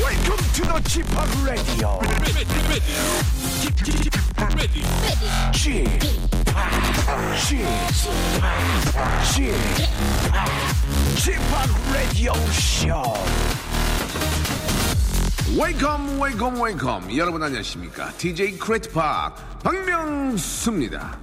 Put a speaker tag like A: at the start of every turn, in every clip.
A: Welcome to the Chip Radio. Chip Chip Chip Radio Show.
B: 웨이컴 웨이컴 웨이컴 여러분 안녕하십니까 DJ 크레이트팍 박명수입니다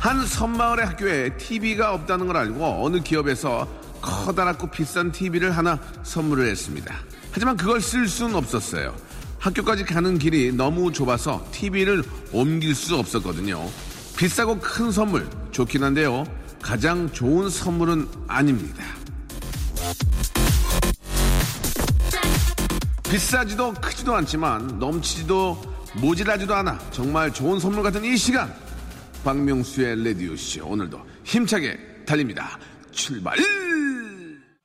B: 한 섬마을의 학교에 TV가 없다는 걸 알고 어느 기업에서 커다랗고 비싼 TV를 하나 선물을 했습니다. 하지만 그걸 쓸 수는 없었어요. 학교까지 가는 길이 너무 좁아서 TV를 옮길 수 없었거든요. 비싸고 큰 선물 좋긴 한데요. 가장 좋은 선물은 아닙니다. 비싸지도 크지도 않지만 넘치지도 모질하지도 않아 정말 좋은 선물 같은 이 시간 박명수의 레디오씨 오늘도 힘차게 달립니다 출발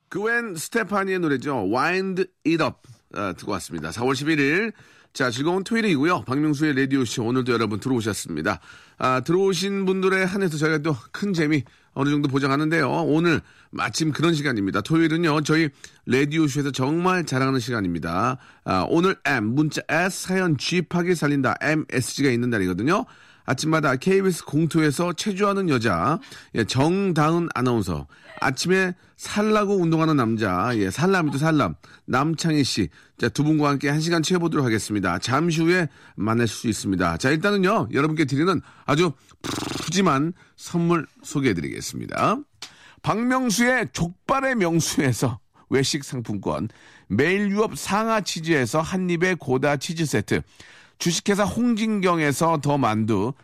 B: 그웬 스테파니의 노래죠 와인드 잇업 아, 듣고 왔습니다 4월 11일 자 즐거운 토요일이고요 박명수의 레디오씨 오늘도 여러분 들어오셨습니다 아, 들어오신 분들의 한해서 저희가 또 큰 재미 어느 정도 보장하는데요 오늘 마침 그런 시간입니다 토요일은요 저희 레디오쇼에서 정말 자랑하는 시간입니다 아, 오늘 M 문자 S 사연 G 파괴 살린다 MSG가 있는 날이거든요 아침마다 KBS 공투에서 체조하는 여자, 예, 정다은 아나운서, 아침에 살라고 운동하는 남자, 예, 살람이도 살람, 남창희 씨. 자, 두 분과 함께 한 시간 채워보도록 하겠습니다. 잠시 후에 만날 수 있습니다. 자, 일단은요, 여러분께 드리는 아주 푸짐한 선물 소개해드리겠습니다. 박명수의 족발의 명수에서 외식 상품권, 매일 유업 상하 치즈에서 한입에 고다 치즈 세트, 주식회사 홍진경에서 더 만두,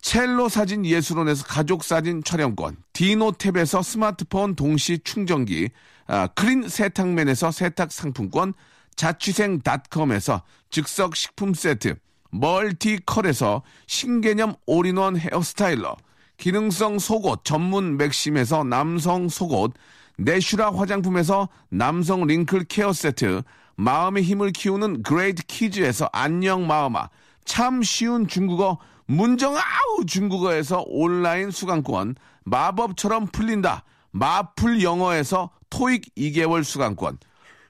B: 첼로 사진 예술원에서 가족 사진 촬영권, 디노탭에서 스마트폰 동시 충전기, 아, 크린 세탁맨에서 세탁 상품권, 자취생닷컴에서 즉석 식품 세트, 멀티컬에서 신개념 올인원 헤어스타일러, 기능성 속옷 전문 맥심에서 남성 속옷, 내슈라 화장품에서 남성 링클 케어 세트, 마음의 힘을 키우는 그레이트 키즈에서 안녕 마음아, 참 쉬운 중국어 문정아우 중국어에서 온라인 수강권, 마법처럼 풀린다 마풀 영어에서 토익 2개월 수강권,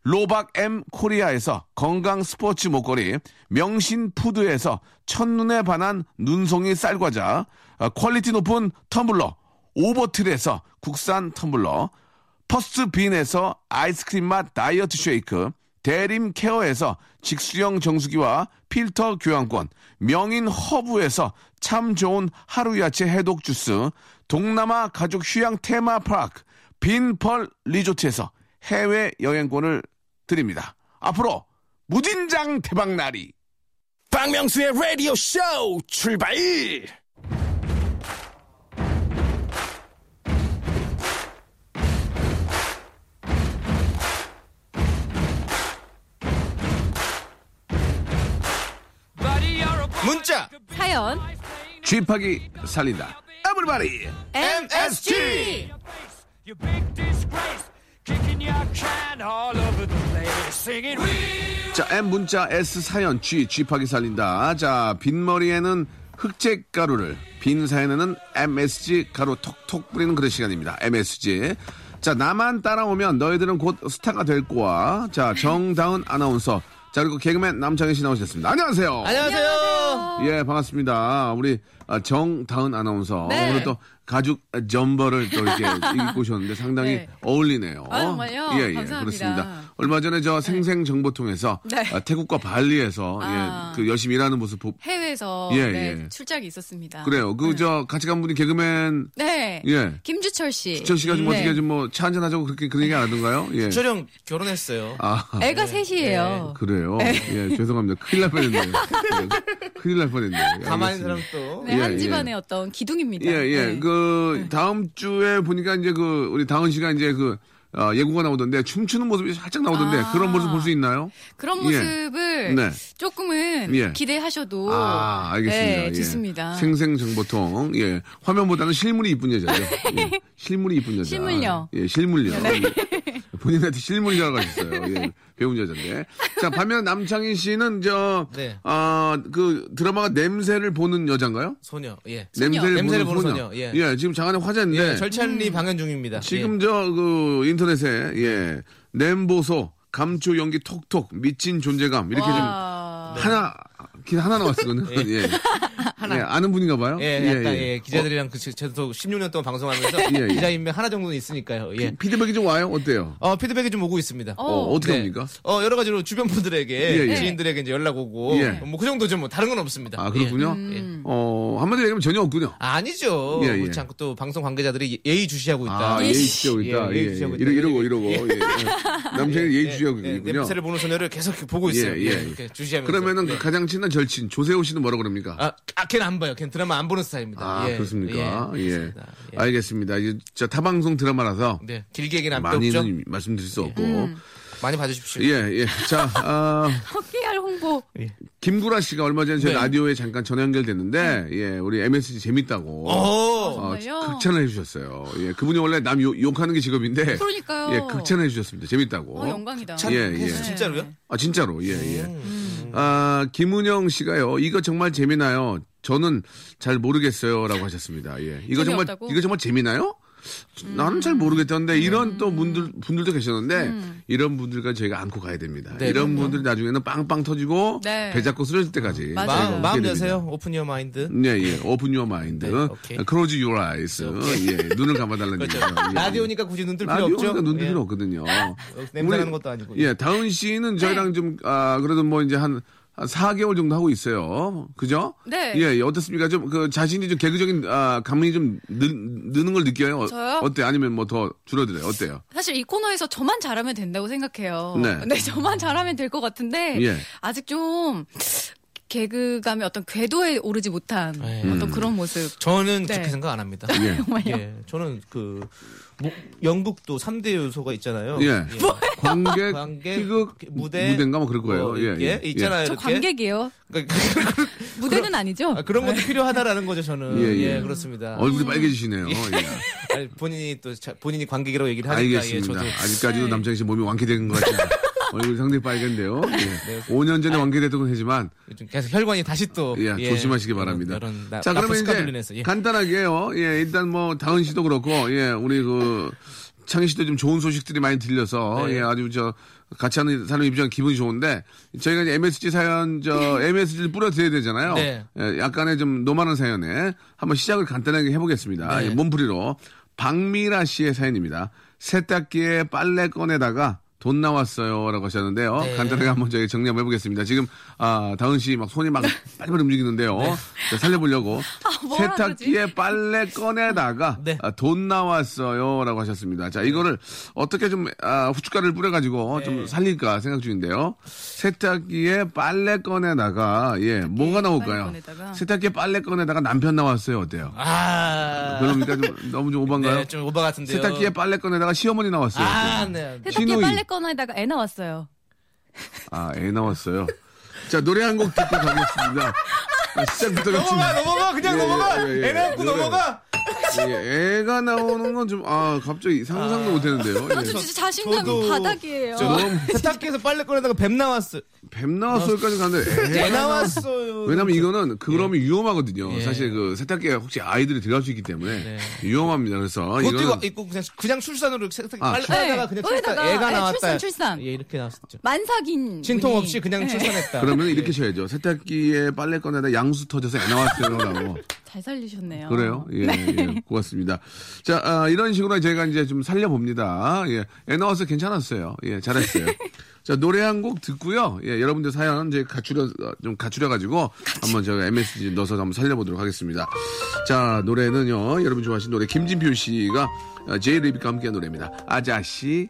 B: 로박 M 코리아에서 건강 스포츠 목걸이, 명신 푸드에서 첫눈에 반한 눈송이 쌀과자, 어, 퀄리티 높은 텀블러, 오버틀에서 국산 텀블러, 퍼스빈에서 아이스크림 맛 다이어트 쉐이크, 대림 케어에서 직수형 정수기와 필터 교환권, 명인 허브에서 참 좋은 하루 야채 해독 주스, 동남아 가족 휴양 테마 파크, 빈펄 리조트에서 해외 여행권을 드립니다. 앞으로 무진장 대박나리!
A: 박명수의 라디오 쇼 출발!
C: 문자
D: 사연
B: 쥐파기 살린다. 에브리바디!
D: MSG
C: You big disgrace, kicking your can all over the place, singing we.
B: 자, M 문자 S 사연 G 쥐파기 살린다. 자, 빈머리에는 흑색 가루를, 빈 사연에는 MSG 가루 톡톡 뿌리는 그런 시간입니다. MSG. 자, 나만 따라오면 너희들은 곧 스타가 될 거야. 자, 정다은 아나운서. 자, 그리고 개그맨 남창희 씨 나오셨습니다. 안녕하세요.
E: 안녕하세요.
B: 예, 반갑습니다. 우리 아, 정다은 아나운서.
D: 네.
B: 오늘 또 가죽 아, 점퍼를 또 이렇게 입고 오셨는데 상당히
D: 네.
B: 어울리네요.
D: 아, 정말요?
B: 예, 예,
D: 감사합니다.
B: 그렇습니다. 얼마 전에 저 생생정보통에서
D: 네.
B: 아, 태국과 발리에서
D: 아.
B: 예, 그 열심히 일하는 모습 보,
D: 해외에서
B: 예,
D: 네,
B: 예.
D: 출장이 있었습니다.
B: 그래요. 그 저 같이 간 분이 개그맨
D: 네.
B: 예.
D: 김주철 씨.
B: 저 씨가 좀
D: 네.
B: 어떻게 좀 뭐 차 한잔 하자고 그렇게 그런 얘기 안 하던가요? 예.
E: 저랑 결혼했어요.
B: 아.
D: 애가 셋이에요.
B: 그래요.
D: 네.
B: 예, 죄송합니다. 큰일 날 뻔했네요. 예, 큰일 날 뻔했네요. 예, 알겠습니다.
E: 가만히 있는 사람 또.
D: 네,
B: 예,
D: 한
B: 예.
D: 집안의 어떤 기둥입니다.
B: 예, 예.
D: 네.
B: 그, 다음 주에 보니까 이제 그, 우리 다은 씨가 이제 그, 어, 예고가 나오던데, 춤추는 모습이 살짝 나오던데,
D: 아.
B: 그런 모습 볼 수 있나요?
D: 그런
B: 예.
D: 모습을
B: 네.
D: 조금은
B: 예.
D: 기대하셔도
B: 아, 알겠습니다.
D: 네,
B: 예.
D: 좋습니다.
B: 생생정보통. 예. 화면보다는 실물이 이쁜 여자죠. 예. 실물이 이쁜 여자.
D: 실물요.
B: 예, 실물요. 본인한테 실물이라고 하셨어요. 예, 배운 여잔데. 자, 반면 남창희 씨는 저,
E: 네.
B: 아, 그 드라마가 냄새를 보는 여잔가요?
E: 소녀. 예.
B: 냄새를,
E: 냄새를
B: 보는
E: 보는
B: 소녀.
E: 소녀, 예.
B: 지금 장안의 화제인데.
E: 예, 절찬리 방연 중입니다. 예.
B: 지금 저 그 인터넷에 예 냄보소 감초 연기 톡톡 미친 존재감 이렇게
D: 와.
E: 네.
B: 좀 하나 긴 하나 나왔거든요. 예. 하나 아는 분인가 봐요. 어,
E: 예, 예, 약간 예, 기자들이랑 그 제- 저도 16년 동안 방송하면서
B: 예, 예.
E: 기자 인맥 하나 정도는 있으니까요. 예.
B: 어, 피드백이 좀 와요. 어때요?
E: 어 피드백이 좀 오고 있습니다.
B: 어, 어, 떻게
E: 네.
B: 합니까?
E: 어 여러 가지로 주변 분들에게
B: 예, 예.
E: 지인들에게 이제 연락 오고
B: 예.
E: 뭐 그 정도죠. 뭐 다른 건 없습니다.
B: 아 그렇군요.
E: 예. 예.
B: 어 한마디로 얘기하면 전혀 없군요.
E: 아니죠.
B: 예, 예.
E: 그렇지 않고 또 방송 관계자들이 예의 주시하고 있다.
B: 아, 예의 주시하고 있다.
E: 예,
B: 예,
E: 예의 주시하고 있다.
B: 이러, 이러고, 이러고. 예. 남편이 예의 주시하고
E: 예,
B: 있군요.
E: 냄새를 보는 소녀를 계속 이렇게 보고 있어요.
B: 예, 예.
E: 예, 이렇게 주시하면서.
B: 그러면은
E: 네.
B: 가장 친한 절친, 조세호 씨는 뭐라 그럽니까?
E: 아, 아, 걔는 안 봐요. 걔는 드라마 안 보는 스타일입니다.
B: 아,
E: 예.
B: 그렇습니까? 예.
E: 그렇습니다. 예.
B: 알겠습니다. 이제 저 타방송 드라마라서
E: 네. 길게 얘기는 안 없죠. 예. 음.
B: 많이는 말씀드릴 수 없고.
E: 많이 봐주십시오.
B: 예, 예. 자, 아,
D: PR 홍보.
B: 김구라 씨가 얼마 전에 저희
E: 네.
B: 라디오에 잠깐 전화 연결됐는데, 예, 우리 MSG 재밌다고.
E: 오!
B: 어,
D: 정말요?
B: 극찬을 해주셨어요. 예, 그분이 원래 남 욕, 욕하는 게 직업인데,
D: 그러니까요.
B: 예, 극찬을 해주셨습니다. 재밌다고.
D: 어, 영광이다.
E: 참,
B: 예, 예.
E: 진짜로요?
B: 아, 진짜로. 예,
E: 네.
B: 예.
E: 음.
B: 아, 김은영 씨가요. 이거 정말 재미나요. 저는 잘 모르겠어요라고 하셨습니다. 예. 이거 정말
D: 재미없다고? 음.
B: 이거 정말 재미나요? 나는 잘 모르겠던데 이런 또 분들 분들도 계셨는데 이런 분들과 저희가 안고 가야 됩니다.
E: 네,
B: 이런
E: 그럼요.
B: 분들 나중에는 빵빵 터지고
D: 네.
B: 배 잡고 쓰러질 때까지
D: 맞아요.
B: 저희가
E: 마음,
B: 함께
E: 마음
B: 됩니다.
E: 여세요. 오픈 유어 마인드.
B: 네, 예. Open your mind.
E: 네, 오케이.
B: Close your eyes. 예. 눈을 감아달라는
E: 그렇죠.
B: 얘기죠. 예, 예.
E: 라디오니까 굳이 눈뜰 필요
B: 라디오가
E: 없죠.
B: 눈도
E: 예.
B: 필요 없거든요.
E: 냄새나는
B: 우리-
E: 것도 아니고.
B: 예, 다은 씨는
D: 네.
B: 저희랑 좀, 아, 그래도 뭐 이제 한, 한 4개월 정도 하고 있어요. 그죠?
D: 네.
B: 예, 예, 어떻습니까? 좀, 그, 자신이 좀 개그적인, 아, 감흥이 좀 늘, 느는 걸 느껴요? 어,
D: 저요?
B: 어때? 아니면 뭐 더 줄어들어요? 어때요?
D: 사실 이 코너에서 저만 잘하면 된다고 생각해요.
B: 네.
D: 근데 저만 잘하면 될 것 같은데
B: 예.
D: 아직 좀 개그감의 어떤 궤도에 오르지 못한
E: 네.
D: 어떤 그런 모습.
E: 저는
D: 네.
E: 그렇게 생각 안 합니다.
B: 예.
D: 정말요?
E: 예, 저는 그 뭐, 영국도 3대 요소가 있잖아요. 그
B: 예. 관객,
E: 어, 관객,
B: 희극,
E: 무대,
B: 무대인가 뭐 그럴 거예요.
E: 뭐
B: 예, 예.
E: 이렇게 있잖아요.
D: 저
E: 이렇게.
D: 관객이에요.
E: 그러니까
D: 무대는 아니죠?
E: 아, 그런 것도 필요하다라는 거죠, 저는.
B: 예,
E: 예,
B: 예.
E: 그렇습니다.
B: 얼굴이
E: 음.
B: 빨개지시네요. 예.
E: 아니, 본인이 또 자- 본인이 관객이라고 얘기를 하니까 예,
B: 알겠습니다.
E: 저도
B: 아직까지도 남창희 씨 몸이 완쾌된 것 같아요. 얼굴이 상당히 빨간데요.
E: 네,
B: 예. 5년 전에 완쾌됐던 건 하지만
E: 요즘 그 계속 혈관이 다시 또
B: 예, 조심하시기 바랍니다. 자, 그러면 이제
E: 예.
B: 간단하게요. 예, 일단 뭐 다은 씨도 그렇고, 예, 우리 그 창희 씨도 좀 좋은 소식들이 많이 들려서
E: 네.
B: 예, 아주 저 같이 하는 사람 입장 기분이 좋은데 저희가 이제 MSG 사연 저 MSG를 뿌려드려야 되잖아요.
E: 네.
B: 예, 약간의 좀 노만한 사연에 한번 시작을 간단하게 해보겠습니다.
E: 네.
B: 예, 몸풀이로 박미라 씨의 사연입니다. 세탁기에 빨래 꺼내다가 돈 나왔어요라고 하셨는데요.
E: 네.
B: 간단하게 한번 저희 정리 한번 해보겠습니다. 지금 아 다은 씨 막 손이 막
E: 네.
B: 빨리빨리 움직이는데요. 자, 살려보려고
D: 뭘
B: 세탁기에 빨래 꺼내다가
E: 아, 네.
B: 아, 돈 나왔어요라고 하셨습니다. 자 이거를 어떻게 좀 아, 후춧가루를
E: 네.
B: 뿌려가지고 좀 살릴까 생각 중인데요. 세탁기에 빨래 꺼내다가 예 뭐가 나올까요?
D: 꺼내다가.
B: 세탁기에 빨래 꺼내다가 남편 나왔어요 어때요?
E: 아,
B: 그러니까 좀 너무 좀 오반가요?
E: 네, 좀 오바 같은데요.
B: 세탁기에 빨래 꺼내다가 시어머니 나왔어요.
E: 아, 네.
D: 세탁기에
B: 신우이.
D: 빨래 꺼내다가 애 나왔어요.
B: 아, 애 나왔어요. 자, 노래 한 곡 듣고 가겠습니다. 아, 시작부터
E: 넘어가,
B: 같이.
E: 넘어가,
B: 예,
E: 그냥
B: 예,
E: 넘어가.
B: 예, 예.
E: 애 낳고
B: 노래.
E: 넘어가.
B: 예, 애가 나오는 건 좀, 아, 갑자기 상상도 못 했는데요.
D: 저
B: 예.
D: 진짜 자신감이
E: 저도-
D: 바닥이에요.
E: 저 어? 뭐- 세탁기에서 빨래 꺼내다가 뱀 나왔어.
B: 뱀 나왔어요까지 가는데,
E: 애
B: 애가 나왔
E: 나왔어요.
B: 예. 왜냐면 이거는 그러면 위험하거든요.
E: 예. 네.
B: 사실 그 세탁기에 혹시 아이들이 들어갈 수 있기 때문에 위험합니다. 그래서
E: 그것도 이거
B: 이거는
E: 입고 그냥, 그냥 출산으로 세탁기
B: 아,
E: 빨래
B: 출산.
E: 하다가 그냥
D: 네,
E: 출산.
D: 거기다가
E: 애가
D: 애
E: 나왔다.
D: 출산, 출산.
E: 예, 이렇게 나왔었죠.
D: 만삭인.
E: 진통
D: 분이.
E: 없이 그냥
D: 네.
E: 출산했다. 예.
B: 그러면 이렇게 쳐야죠. 세탁기에 빨래 꺼내다 양수 터져서 애 나왔어요라고.
D: 잘 살리셨네요.
B: 그래요? 예, 예, 고맙습니다. 자, 아, 이런 식으로 저희가 이제 좀 살려봅니다. 예, 애 나와서 괜찮았어요. 예, 잘했어요. 자, 노래 한 곡 듣고요. 예, 여러분들 사연 이제 갖추려, 어, 좀 갖추려가지고 한번 제가 MSG 넣어서 한번 살려보도록 하겠습니다. 자, 노래는요. 여러분 좋아하시는 노래 김진표 씨가 어, 제이 리비과 함께한 노래입니다. 아자씨.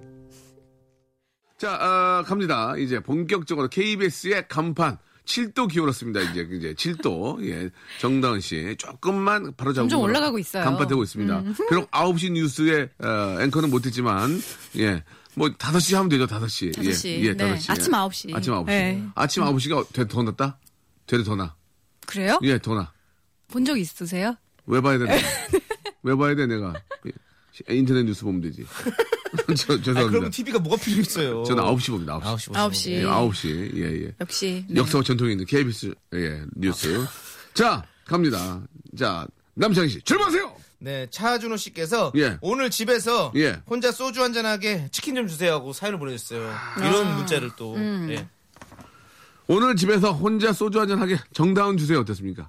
B: 자, 아, 갑니다. 이제 본격적으로 KBS의 간판. 7도 기울었습니다. 이제 이제 7도. 예. 정다은 씨 조금만 바로 잡고
D: 점점 올라가고 있어요. 음.
B: 간판되고 있습니다. 비록 9시 뉴스에 어, 앵커는 못 했지만 예. 뭐 5시 하면 되죠. 5시.
D: 다섯 시.
B: 예. 예,
D: 네.
B: 5시.
D: 아침 아홉 시.
B: 아침 9시.
D: 네.
B: 아침 9시가 되더 낫다? 되려 더 나.
D: 그래요?
B: 예, 더 나.
D: 본 적 있으세요? 네.
B: 왜 봐야 돼? 내가? 왜 봐야 돼, 내가? 예, 인터넷 뉴스 보면 되지. 저,
E: 아, 그러면
B: 죄송합니다.
E: TV가 뭐가 필요했어요?
B: 저는 9시 봅니다. 9시.
E: 9시.
D: 아홉 시
B: 예, 9시. 예, 예.
D: 역시 네.
B: 역사 전통이 있는 KBS 예, 뉴스. 자, 갑니다. 자, 남창희 씨, 출발하세요!
E: 네, 차준호 씨께서
B: 예.
E: 오늘 집에서
B: 예.
E: 혼자 소주 한잔하게 치킨 좀 주세요 하고 사연을 보내줬어요. 이런 문자를 또. 예.
B: 오늘 집에서 혼자 소주 한잔하게 정다운 주세요. 어땠습니까?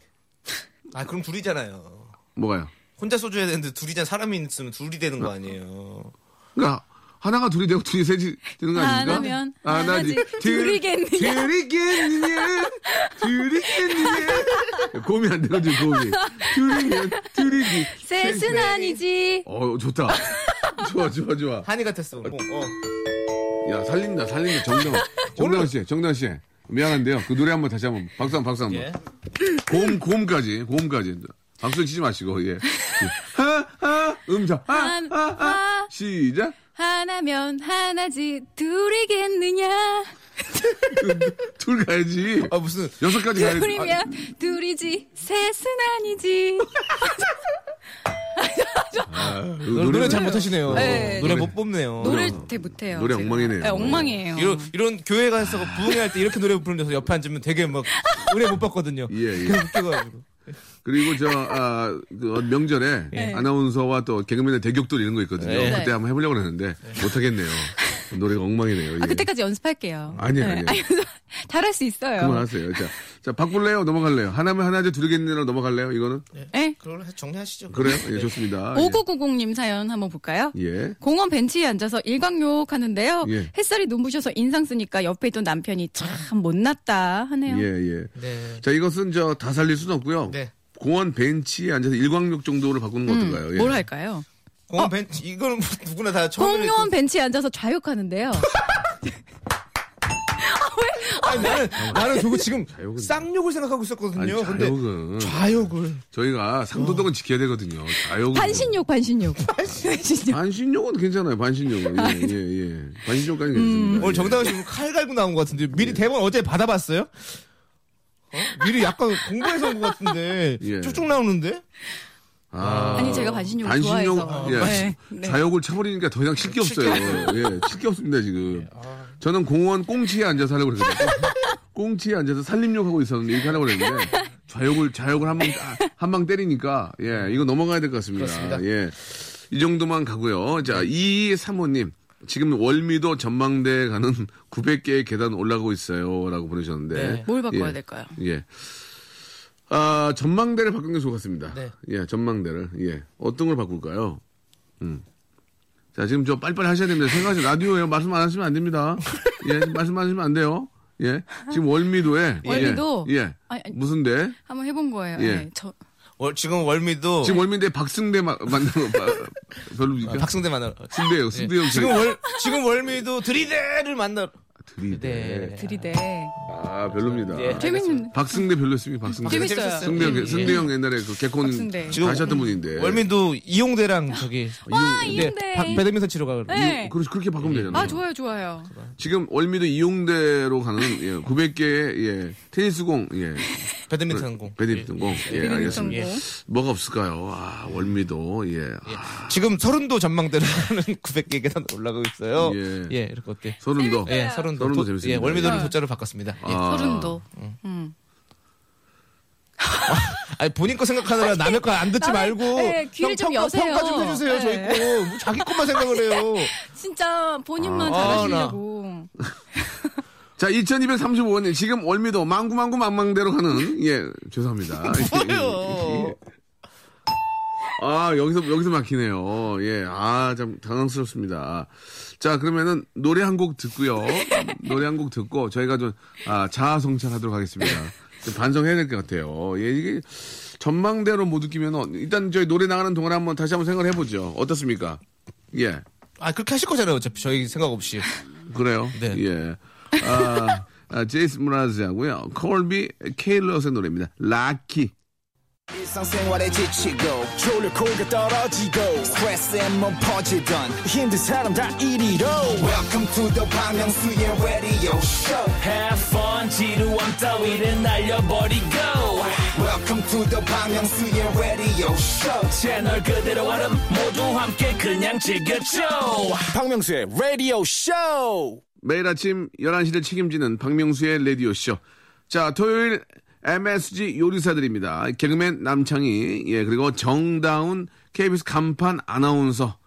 E: 아, 그럼 둘이잖아요.
B: 뭐가요?
E: 혼자 소주 해야 되는데 둘이잖아. 사람이 있으면 둘이 되는 거 아니에요.
B: 그러니까, 하나가 둘이 되고 둘이 셋이 되는 거
D: 안
B: 아닙니까?
D: 하면
B: 안
D: 안 하지.
B: 하지.
D: 둘이겠느냐.
B: 둘이겠느냐. 둘이겠느냐. 고음이 안 되거든, 고음이. 둘이겠, 둘이기.
D: 셋은 아니지.
B: 어, 좋다. 좋아, 좋아, 좋아.
E: 한이 같았어. 어, 어.
B: 야 살린다 살린다 정당 정당 씨 정당 씨 미안한데요 그 노래 한번 다시 한번 박수 한번 박수 한번
E: 예.
B: 고음 고음까지 고음까지 박수 치지 마시고 예 하하 음자
D: 한,
B: 하하
D: 아,
B: 시작
D: 하나면 하나지. 둘이겠느냐.
B: 둘 가야지
E: 아, 무슨.
B: 여섯 가지 가야지 아,
D: 둘이면 둘이지. 셋은 아니지.
E: 노래,
B: 노래는- 어.
E: 잘 못하시네요.
D: 네.
B: 노래-
E: 노래 못 뽑네요.
D: 노래 되 못해요.
B: 어, 노래
D: 제가.
B: 엉망이네요.
D: 네, 엉망이에요.
E: 이런, 이런 교회 가서 부흥회 할 때 이렇게 노래 부르면서 옆에 앉으면 되게 막 노래 못 봤거든요.
B: 예, 예.
E: 계속 웃겨가지고.
B: 그리고 저 아, 그 명절에
D: 예.
B: 아나운서와 또 개그맨의 대격돌 이런 거 있거든요
E: 네.
B: 그때 한번 해보려고 했는데 못하겠네요 노래가 엉망이네요 예.
D: 아, 그때까지 연습할게요. 네.
B: 아니에요, 아니에요.
D: 잘할 수 있어요.
B: 그만하세요 자, 자 바꿀래요 넘어갈래요 하나면 하나지 둘이겠느냐로 넘어갈래요 이거는
D: 네?
E: 그걸 정리하시죠.
B: 그래요 예 좋습니다 예.
D: 5990님 사연 한번 볼까요?
B: 예.
D: 공원 벤치에 앉아서 일광욕 하는데요.
B: 예.
D: 햇살이 눈부셔서 인상 쓰니까 옆에 있던 남편이 참 못났다 하네요.
B: 예, 예.
E: 네.
B: 자, 이것은 저 다 살릴 수는 없고요.
E: 네.
B: 공원 벤치에 앉아서 일광욕 정도로 바꾸는 거 어떨까요? 예.
D: 뭘 할까요?
E: 공원 벤치, 이건 누구나 다 처음에.
D: 공원 벤치에 앉아서 좌욕하는데요.
E: 아니, 나는, 나는 저거 지금
B: 뭐, 자욕은-
E: 쌍욕을 생각하고 있었거든요.
B: 아니,
E: 근데
B: 자욕은
E: 좌욕을.
B: 저희가 상도덕은 지켜야 되거든요. 자욕은.
D: 반신욕, 반신욕. 반신욕.
B: 반신욕은 괜찮아요. 반신욕은. 예, 예, 예. 반신욕까지 괜찮습니다.
E: 오늘 정다은 씨칼 갈고 나온 것 같은데
B: 예.
E: 미리 대본 어제 받아봤어요? 어? 미리 약간 공부해서 온 것 같은데
B: 예.
E: 쭉쭉 나오는데?
B: 아.
D: 아니, 제가 반신욕을 좋아해서.
B: 예.
D: 네, 네.
B: 자욕을 쳐버리니까 더 이상 칠 게 없어요. 예, 칠 게 없습니다, 지금. 저는 공원 꽁치에 앉아서 하려고 그랬거든요. 꽁치에 앉아서 살림욕 하고 있었는데, 이렇게 하려고 그랬는데, 자욕을, 자욕을 한 방, 한 방 때리니까, 예, 이거 넘어가야 될 것 같습니다.
E: 그렇습니다.
B: 예. 이 정도만 가고요. 자, 이 사모님. 지금 월미도 전망대에 가는 900개의 계단 올라가고 있어요. 라고 보내주셨는데.
E: 네.
D: 뭘 바꿔야
B: 예.
D: 될까요?
B: 예. 아, 전망대를 바꾼 게 좋을 것 같습니다.
E: 네.
B: 예, 전망대를. 예. 어떤 걸 바꿀까요? 음. 자, 지금 저 빨리빨리 하셔야 됩니다. 생각하지 라디오예요. 말씀 안 하시면 안 됩니다. 예, 지금 말씀 안 하시면 안 돼요. 예. 지금 월미도에. 예.
D: 월미도?
B: 예.
D: 아니, 아니.
B: 무슨 대?
D: 한번 해본 거예요.
B: 예.
D: 네, 저,
E: 월- 지금 월미도
B: 지금 월미대 박승대 마- 만나는 거 바- 별로입니까?
E: 박승대 만나 예.
B: 승대요, 승대요. 그-
E: 지금 월 지금 월미도 드리대를 만나 예. 네. 아,
B: 들이대.
D: 들이대.
B: 아, 별로입니다.
D: 재밌는.
B: 박승대 별로였습니다, 박승대.
D: 재밌어요.
B: 승대 형, 승대 형 옛날에 그 개콘
D: 박승대.
B: 다시 하던 분인데.
E: 예. 월미도 이용대랑 저기
D: 와,
E: 네,
D: 이은데.
E: 박- 배드민턴 치러 가고
D: 네.
B: 그렇 그렇게 바꾸면 되잖아요.
D: 아, 좋아요, 좋아요.
B: 지금 월미도 이용대로 가는 예, 900개의 예, 테니스공 예,
E: 배드민턴 공
B: 배드민턴공 예,
D: 배드민턴
B: 알겠습니다.
D: 공.
B: 뭐가 없을까요? 아 월미도 예,
E: 예.
B: 아,
E: 지금 서른도 전망대를 하는 900개 계단 올라가고 있어요.
B: 예.
E: 예, 이렇게 어때?
B: 서른도
E: 예,
D: 네.
E: 서른도,
B: 서른도
E: 도-
B: 재밌습니다.
E: 예, 월미도를
D: 예.
E: 도자로 바꿨습니다. 예.
B: 아.
D: 서른도. 음.
E: 아니 본인 거 생각하느라 남의 거 안 듣지
D: 남의-
E: 말고
D: 네, 귀를
E: 형,
D: 좀
E: 평가-
D: 여세요.
E: 평가 좀 해주세요 저희
D: 네.
E: 거 뭐 자기 것만 생각을 해요
D: 진짜 본인만
B: 아,
D: 잘하시려고.
B: 자 2235원 지금 월미도 망구망구 망망대로 가는 예 죄송합니다.
E: 뭐예요?
B: 아 여기서 여기서 막히네요. 예아참 당황스럽습니다. 자 그러면은 노래 한 곡 듣고요. 노래 한 곡 듣고 저희가 좀 아 자아성찰하도록 하겠습니다. 좀 반성해야 될 것 같아요. 예 이게 전망대로 못 느끼면 은 일단 저희 노래 나가는 동안 한번 다시 한번 생각을 해보죠. 어떻습니까? 예
E: 아 그렇게 하실 거잖아요 어차피 저희 생각 없이
B: 그래요?
E: 네.
B: 예. 아, 아, 제이스 무라즈하고요. 콜비 케일러스의 노래입니다. 라키.
F: 일상생활에 지치고, 졸려 코가 떨어지고, 스트레스에 몸 퍼지던, 힘든 사람 다 이리로. welcome to the Bang Myung-soo's radio show
G: Have fun 지루함 따위를 날려버리고
F: welcome to the Bang Myung-soo's radio show
G: 채널 그대로 얼음 모두 함께 그냥 즐겨줘
A: 박명수의 라디오 쇼.
B: 매일 아침 11시를 책임지는 박명수의 라디오쇼. 자, 토요일 MSG 요리사들입니다. 개그맨 남창희, 예, 그리고 정다운 KBS 간판 아나운서.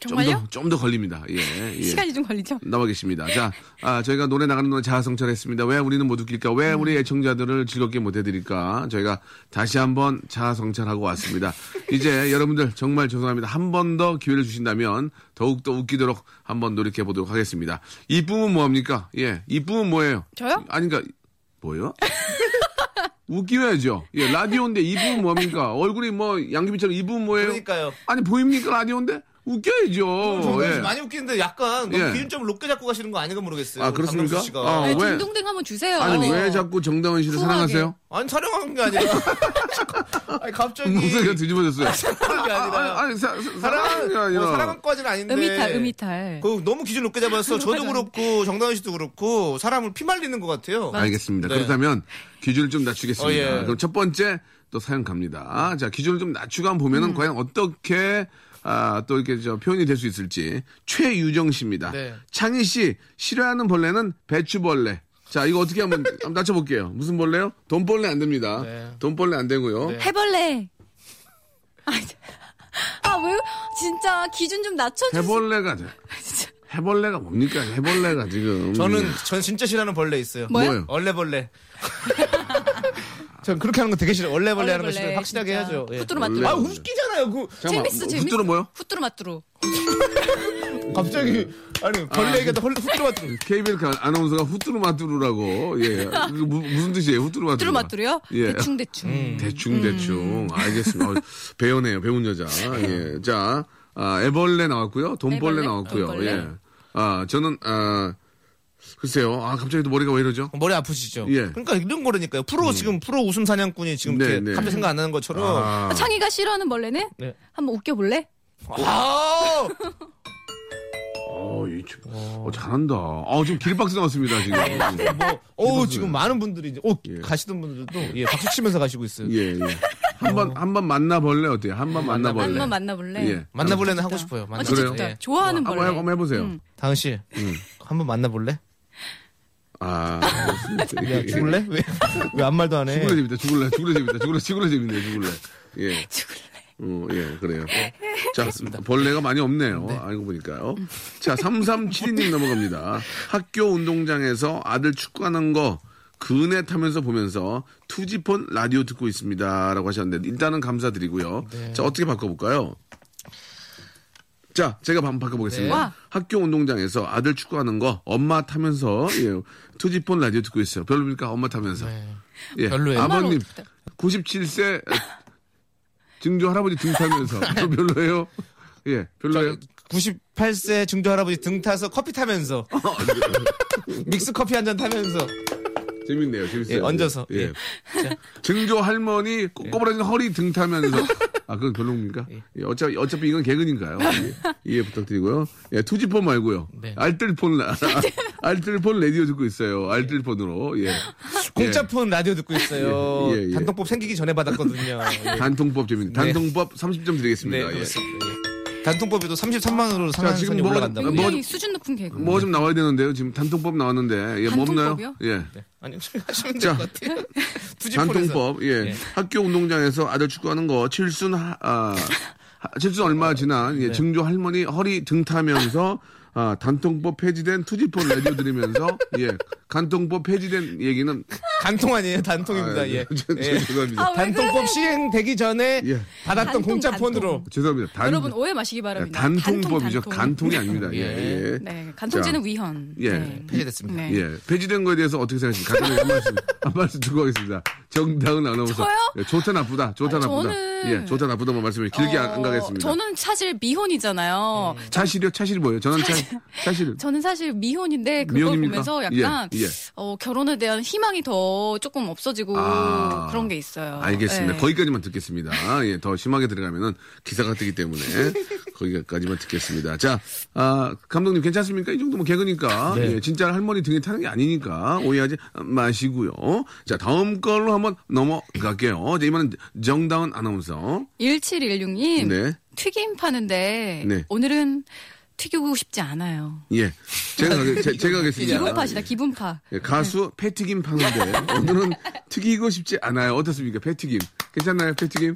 D: 정말요?
B: 좀 더 걸립니다. 예, 예.
D: 시간이 좀 걸리죠?
B: 나와 계십니다. 자, 아, 저희가 노래 나가는 동안 자아성찰했습니다. 왜 우리는 못 웃길까? 왜 우리 애청자들을 즐겁게 못 해드릴까? 저희가 다시 한번 자아성찰하고 왔습니다. 이제 여러분들 정말 죄송합니다. 한 번 더 기회를 주신다면 더욱더 웃기도록 한번 노력해 보도록 하겠습니다. 이쁨은 뭐합니까? 예, 이쁨은 뭐예요?
D: 저요?
B: 아니, 그러니까, 뭐요? 웃기야죠. 예, 라디오인데 이쁨은 뭡니까? 얼굴이 뭐 양귀비처럼 이쁨은 뭐예요?
E: 그러니까요.
B: 아니, 보입니까? 라디오인데? 웃겨야죠.
E: 정말
B: 예.
E: 많이 웃기는데 약간 너무
B: 예.
E: 기준점을 높게 잡고 가시는 거 아닌가 모르겠어요.
B: 아, 그렇습니까?
E: 박명수 씨가.
B: 아,
D: 네,
B: 왜?
D: 딩동댕 한번 주세요. 어.
B: 아니 왜 자꾸 정다은 씨를
D: 쿨하게.
B: 사랑하세요?
E: 아니 촬영한 게 아니라 아니 갑자기
B: 목소리가 뒤집어졌어요.
E: 촬영한 게 아니라
B: 아니 사, 사,
E: 사랑은
B: 사랑이
E: 뭐
B: 아니라
E: 사랑은 까지는 아닌데
D: 음이탈, 음이탈.
E: 그 너무 기준 높게 잡아서 저도 그렇고 정다은 씨도 그렇고 사람을 피말리는 것 같아요.
B: 알겠습니다.
E: 네.
B: 그렇다면 기준을 좀 낮추겠습니다.
E: 어, 예.
B: 그럼 첫 번째 또 사연 갑니다. 자 기준을 좀 낮추고 한번
E: 음.
B: 보면은 과연 어떻게 아, 또 이렇게 저 표현이 될 수 있을지 최유정 씨입니다.
E: 네.
B: 창희 씨 싫어하는 벌레는 배추벌레. 자 이거 어떻게 한번 한번 낮춰볼게요. 무슨 벌레요? 돈벌레 안 됩니다.
E: 네.
B: 돈벌레 안 되고요.
D: 해벌레. 아, 이제- 아, 왜? 진짜 기준 좀 낮춰주세요.
B: 해벌레가 돼.
D: 진짜.
B: 해벌레가 뭡니까? 해벌레가 지금
E: 저는 전 진짜 싫어하는 벌레 있어요.
D: 뭐요?
B: 뭐예요?
E: 얼레벌레. 전 그렇게 하는 거 되게 싫어요. 얼레벌레 하는 거
D: 얼레벌레,
E: 싫어요. 확실하게
D: 진짜. 음.
E: 해야죠. 예.
D: 후뚜루
E: 아
D: 맞뚜루.
E: 웃기잖아요. 그
D: 재밌어, 재밌어.
B: 후뚜루 뭐요?
D: 후뚜루 맞뚜루.
E: 갑자기 아니 그 벌레에게 또 훌륭 같은
B: KBL 가- 그 아나운서가 후뚜루마뚜루라고 예 이거 무, 슨 뜻이에요 후뚜루마뚜루
D: 후뚜루 맞뚜루요?
B: 예
D: 대충, 음. 대충.
B: 대충 대충 알겠습니다 어, 배우네요 배운 여자 예자 아, 애벌레 나왔고요 돈벌레
D: 애벌레,
B: 나왔고요
D: 돈벌레.
B: 예아 저는 아 글쎄요 아 갑자기 또 머리가 왜 이러죠
E: 머리 아프시죠?
B: 예.
E: 그러니까 이런 거라니까요. 프로 지금 프로 웃음 사냥꾼이 지금
B: 네,
E: 이렇게
B: 네.
E: 갑자기 생각 안 나는 것처럼
D: 아, 창희가 싫어하는 벌레네?
E: 네.
D: 한번 웃겨볼래?
E: 아
B: 어, 이 주- 어, 잘한다 아 지금 길박스 나왔습니다 지금
D: 네,
E: 뭐, 어우 지금 많은 분들이 이제 어,
B: 예.
E: 가시던 분들도 예, 박수 치면서 가시고 있어요.
B: 예예한번 한 번 만나벌레 어때요 한 번 만나벌레
D: 어. 한번 만나볼래?
B: 예
E: 만나볼래는 하고 싶어요.
H: 아,
D: 어,
E: 만나.
D: 진짜
B: 그래요?
D: 좋다.
E: 예.
D: 좋아하는
B: 한번,
D: 벌레.
B: 해- 한번 해보세요
D: 음.
E: 다은 씨,
B: 음.
E: 한번 만나볼래?
B: 아
E: 야, 죽을래? 왜? 왜 아무 말도 안 해?
B: 죽을래 재밌다. 죽을래 죽을래 재밌다. 죽을래 죽을래 재밌네. 죽을래. 예. 어, 예, 그래요. 자, 벌레가 많이 없네요. 알고 보니까요. 자, 3372님 넘어갑니다. 학교 운동장에서 아들 축구하는 거 그네 타면서 보면서 투지폰 라디오 듣고 있습니다. 라고 하셨는데, 일단은 감사드리고요. 자, 어떻게 바꿔볼까요? 자, 제가 한번 바꿔보겠습니다.
D: 네. 와.
B: 학교 운동장에서 아들 축구하는 거 엄마 타면서, 예, 투지폰 라디오 듣고 있어요. 별로입니까? 엄마 타면서. 예.
E: 별로예요.
B: 아버님
D: 엄마는 어떡해?
B: 97세 증조 할아버지 등 타면서
E: 네.
B: 또 별로예요. 예, 별로예요.
E: 98세 중도 할아버지 등 타서 커피 타면서
B: 아,
E: 믹스 커피 한 잔 타면서
B: 재밌네요, 재밌어요.
E: 예, 얹어서. 예.
B: 예. 증조 할머니 꼬- 꼬부라진 허리 등 타면서. 아, 그건 별로입니까? 예, 어차피 어차피 이건 개그니까요. 예, 이해 부탁드리고요. 예, 투지폰 말고요.
E: 네.
B: 알뜰폰 라- 알뜰폰 라디오 듣고 있어요. 알뜰폰으로. 예.
E: 공짜폰 라디오 듣고 있어요.
B: 예, 예, 예.
E: 단통법 생기기 전에 받았거든요. 예.
B: 단통법 재밌다.
E: 네.
B: 단통법 30점
E: 네,
B: 드리겠습니다. 예.
E: 그렇습니다. 예. 단통법에도 33만 원으로
B: 지금
E: 상한선이
B: 뭐가-
E: 올라간다고. 예.
B: 뭐-
D: 굉장히 수준 높은 개그.
B: 뭐 좀 나와야 되는데요. 지금 단통법 나왔는데. 예, 뭐 없나요?
D: 단통법이요?
B: 예.
E: 아니 하시면
B: 자.
E: 될 것 같아요. 투지폰에서
B: 단통법, 예. 학교 운동장에서 아들 축구하는 거, 칠순, 하, 아, 하- 칠순 얼마 지난,
E: 네.
B: 예, 증조 할머니 허리 등 타면서, 아, 단통법 폐지된 투지폰 라디오 들으면서, 예, 간통법 폐지된 얘기는.
E: 간통 아니에요
B: 아,
E: 단통입니다. 예.
B: 죄- 죄-
E: 예.
B: 죄송합니다.
D: 아, 왜
E: 단통법 시행되기 전에
B: 예.
E: 받았던
D: 단통,
E: 공짜폰으로
B: 죄송합니다. 단,
D: 여러분 오해 마시기 바랍니다.
B: 네, 단통법이죠.
D: 단통,
B: 간통이 아닙니다. 예. 예.
D: 네, 간통죄는
B: 자,
D: 위헌.
B: 예.
D: 네.
E: 폐지됐습니다.
D: 네.
B: 예. 폐지된 거에 대해서 어떻게 생각하십니까? 간단히 한 말씀, 한 말씀 듣고 가겠습니다. 정다은 아나운서.
D: 저요?
B: 예, 좋다, 나쁘다. 좋다,
D: 아,
B: 나쁘다.
D: 저는-
B: 예. 좋다, 음. 나쁘다만 말씀해. 길게 안-
D: 어,
B: 안 가겠습니다.
D: 저는 사실 미혼이잖아요.
B: 차실이요? 차실이 뭐예요? 저는 차실. 사실
H: 저는 사실 미혼인데 그걸
B: 미혼입니까?
H: 보면서 약간
B: 예, 예.
H: 어, 결혼에 대한 희망이 더 조금 없어지고
B: 아,
H: 그런 게 있어요.
B: 알겠습니다.
H: 예.
B: 거기까지만 듣겠습니다. 예, 더 심하게 들어가면은 기사가 뜨기 때문에 거기까지만 듣겠습니다. 자, 아, 감독님 괜찮습니까? 이 정도면 개그니까. 예, 진짜 할머니 등에 타는 게 아니니까 오해하지 마시고요. 자, 다음 걸로 한번 넘어갈게요. 자, 이번엔 정다운 아나운서.
H: 1716님
B: 네.
H: 튀김 파는데
B: 네.
H: 오늘은 튀기고 싶지 않아요.
B: 예. 제가, 가게- 제, 제가 하겠습니다.
H: 기분파시다 기분파.
B: 예, 가수 패튀김 파는데 오늘은 튀기고 싶지 않아요. 어떻습니까? 패튀김. 괜찮나요? 패튀김?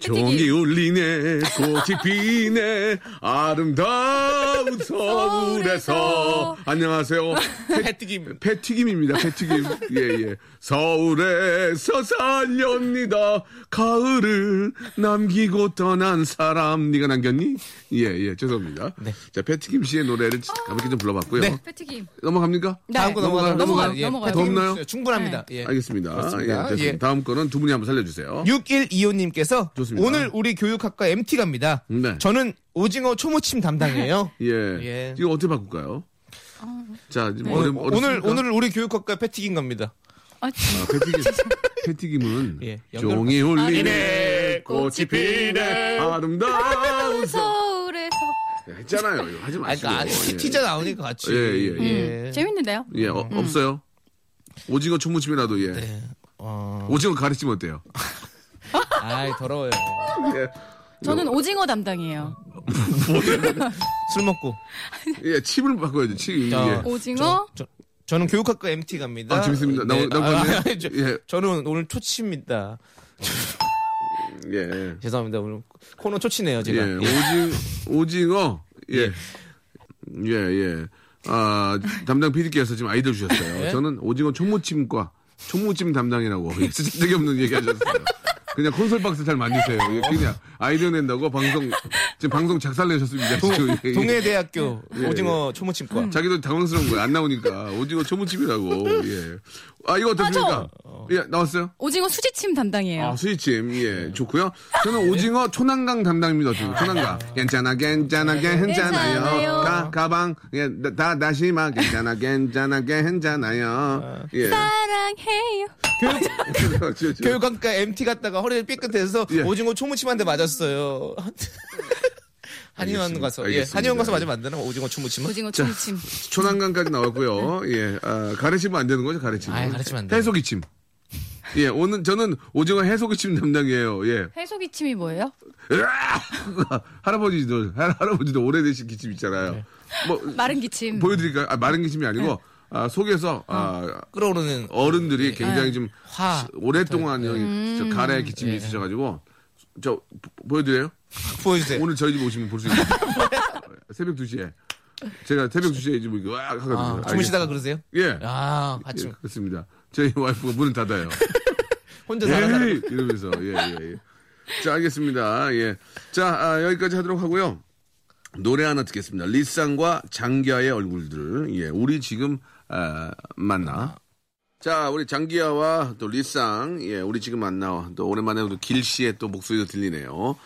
B: 종이 울리네 꽃이 피네 아름다운 서울에서
H: 서울에서.
B: 안녕하세요
D: 네.
E: 패튀김.
B: 패튀김입니다 패튀김 예예 서울에서 살렵니다 가을을 남기고 떠난 사람 네가 남겼니 예예 죄송합니다 자 패튀김 씨의 노래를 가볍게 좀 불러봤고요
E: 네.
H: 패튀김.
B: 넘어갑니까
H: 네.
E: 다음 거 넘어가요.
H: 넘어가요.
E: 예,
H: 넘어가요.
E: 패티김
B: 넘나요?
E: 있어요. 충분합니다. 예.
B: 알겠습니다
E: 그렇습니다.
B: 예, 됐습니다.
E: 예.
B: 다음 거는 두 분이 한번 살려주세요
E: 6125님께서
B: 좋습니다.
E: 오늘 우리 교육학과 MT 갑니다.
B: 네.
E: 저는 오징어 초무침 담당이에요.
B: 예.
E: 예.
B: 이거 어떻게 바꿀까요 자 지금
E: 오늘
B: 어렵-
E: 오늘,
B: 어렵습니까?
E: 오늘 우리 교육학과 패티긴 갑니다.
H: 아,
B: 아, 패튀김, 패튀김은
E: 예, 연결-
B: 종이 울리네
H: 아리네,
B: 꽃이 피네 아름다운 서
H: 서울에서
B: 했잖아요 이거 하지
E: 아,
B: 마시고
E: 그러니까
B: 예.
E: 티자 나오니까 같이.
B: 예, 예,
E: 예.
H: 음, 재밌는데요.
B: 예 어,
E: 음.
B: 없어요 오징어 초무침이라도 예
E: 네. 어,
B: 오징어 가르치면 어때요
E: 아이 더러워요.
H: 저는 오징어 담당이에요.
E: 술 먹고.
B: 예 칩을 바꿔야죠 칩
E: 자,
B: 예.
H: 오징어
E: 저, 저는 교육학과 MT 갑니다.
B: 아, 재밌습니다. 나- 나- 나-
E: 아, 아니, 저,
B: 예.
E: 저는 오늘 초치입니다.
B: 예.
E: 죄송합니다. 오늘 코너 초치네요, 제가.
B: 예, 오징, 오징어, 예. 예, 예. 아, 담당 PD께서 지금 아이디어 주셨어요.
E: 예?
B: 저는 오징어 초무침과 초무침 담당이라고. 예, 진짜 쓸데없는 얘기 하셨어요. 그냥 콘솔 박스 잘 만드세요. 예, 그냥 아이디어 낸다고 방송, 지금 방송 작살 내셨습니다. 지금. 예, 예.
E: 동해대학교 오징어 초무침과.
B: 자기도 당황스러운 거예요. 안 나오니까. 오징어 초무침이라고. 예. 아, 이거 어떻습니까? 예, 나왔어요?
H: 오징어 수지침 담당이에요.
B: 아, 수지찜,
E: 네.
B: 예, 좋고요 저는 오징어 초난강 담당입니다,
E: 아,
B: 지금. 초난강.
E: 네.
B: 괜찮아, 괜찮아, 괜찮아요.
H: 괜찮아요.
B: 가, 가방, 예, 다- 다, 다시마, 괜찮아, 괜찮아, 괜찮아요. 예. 그렇죠,
H: 사랑해요.
E: 네. 교육학과 MT 갔다가 허리를 삐끗해서
B: 예.
E: 오징어 초무침한테 맞았어요. 한의원 가서 예,
B: 알겠습니다.
E: 한의원 가서 맞으면 안 되나? 오징어 초무침은
H: 오징어 수지침.
B: 초난강까지 나왔고요 예, 아, 가르치면 안 되는 거죠, 가르치면.
E: 아이, 가르치면 안 돼요.
B: 해소기침. 예, 오늘 저는 오징어 해소기침 담당이에요, 예.
H: 해소기침이 뭐예요?
B: 으악! 할아버지도, 할- 할아버지도 오래되신 기침 있잖아요.
E: 네.
B: 뭐,
H: 마른 기침.
B: 보여드릴까요? 아, 마른 기침이 아니고, 아, 속에서, 아,
E: 끓어오르는
B: 어른들이 굉장히 좀
E: 화.
B: 오랫동안 여기 저 가래 기침이
E: 네.
B: 있으셔가지고 저 보- 보여드려요?
E: 보여주세요.
B: 오늘 저희 집 오시면 볼 수 있어요. 네. 새벽 2시에 제가 새벽 2시에 지금 이렇게 와 하거든요.
E: 아,
B: 알겠-
E: 주무시다가 그러세요?
B: 예.
E: 아,
B: 예,
E: 아침
B: 그렇습니다. 저희 와이프가 문을 닫아요.
E: 혼자
B: 예,
E: 살아가는
B: 이러면서 예, 예, 예. 자, 알겠습니다. 예. 자, 아, 여기까지 하도록 하고요. 노래 하나 듣겠습니다. 리쌍과 장기하의 얼굴들. 예, 우리 지금 아, 만나. 자, 우리 장기하와 또 리쌍, 예, 우리 지금 만나. 또 오랜만에 또 길 씨의 또 목소리도 들리네요.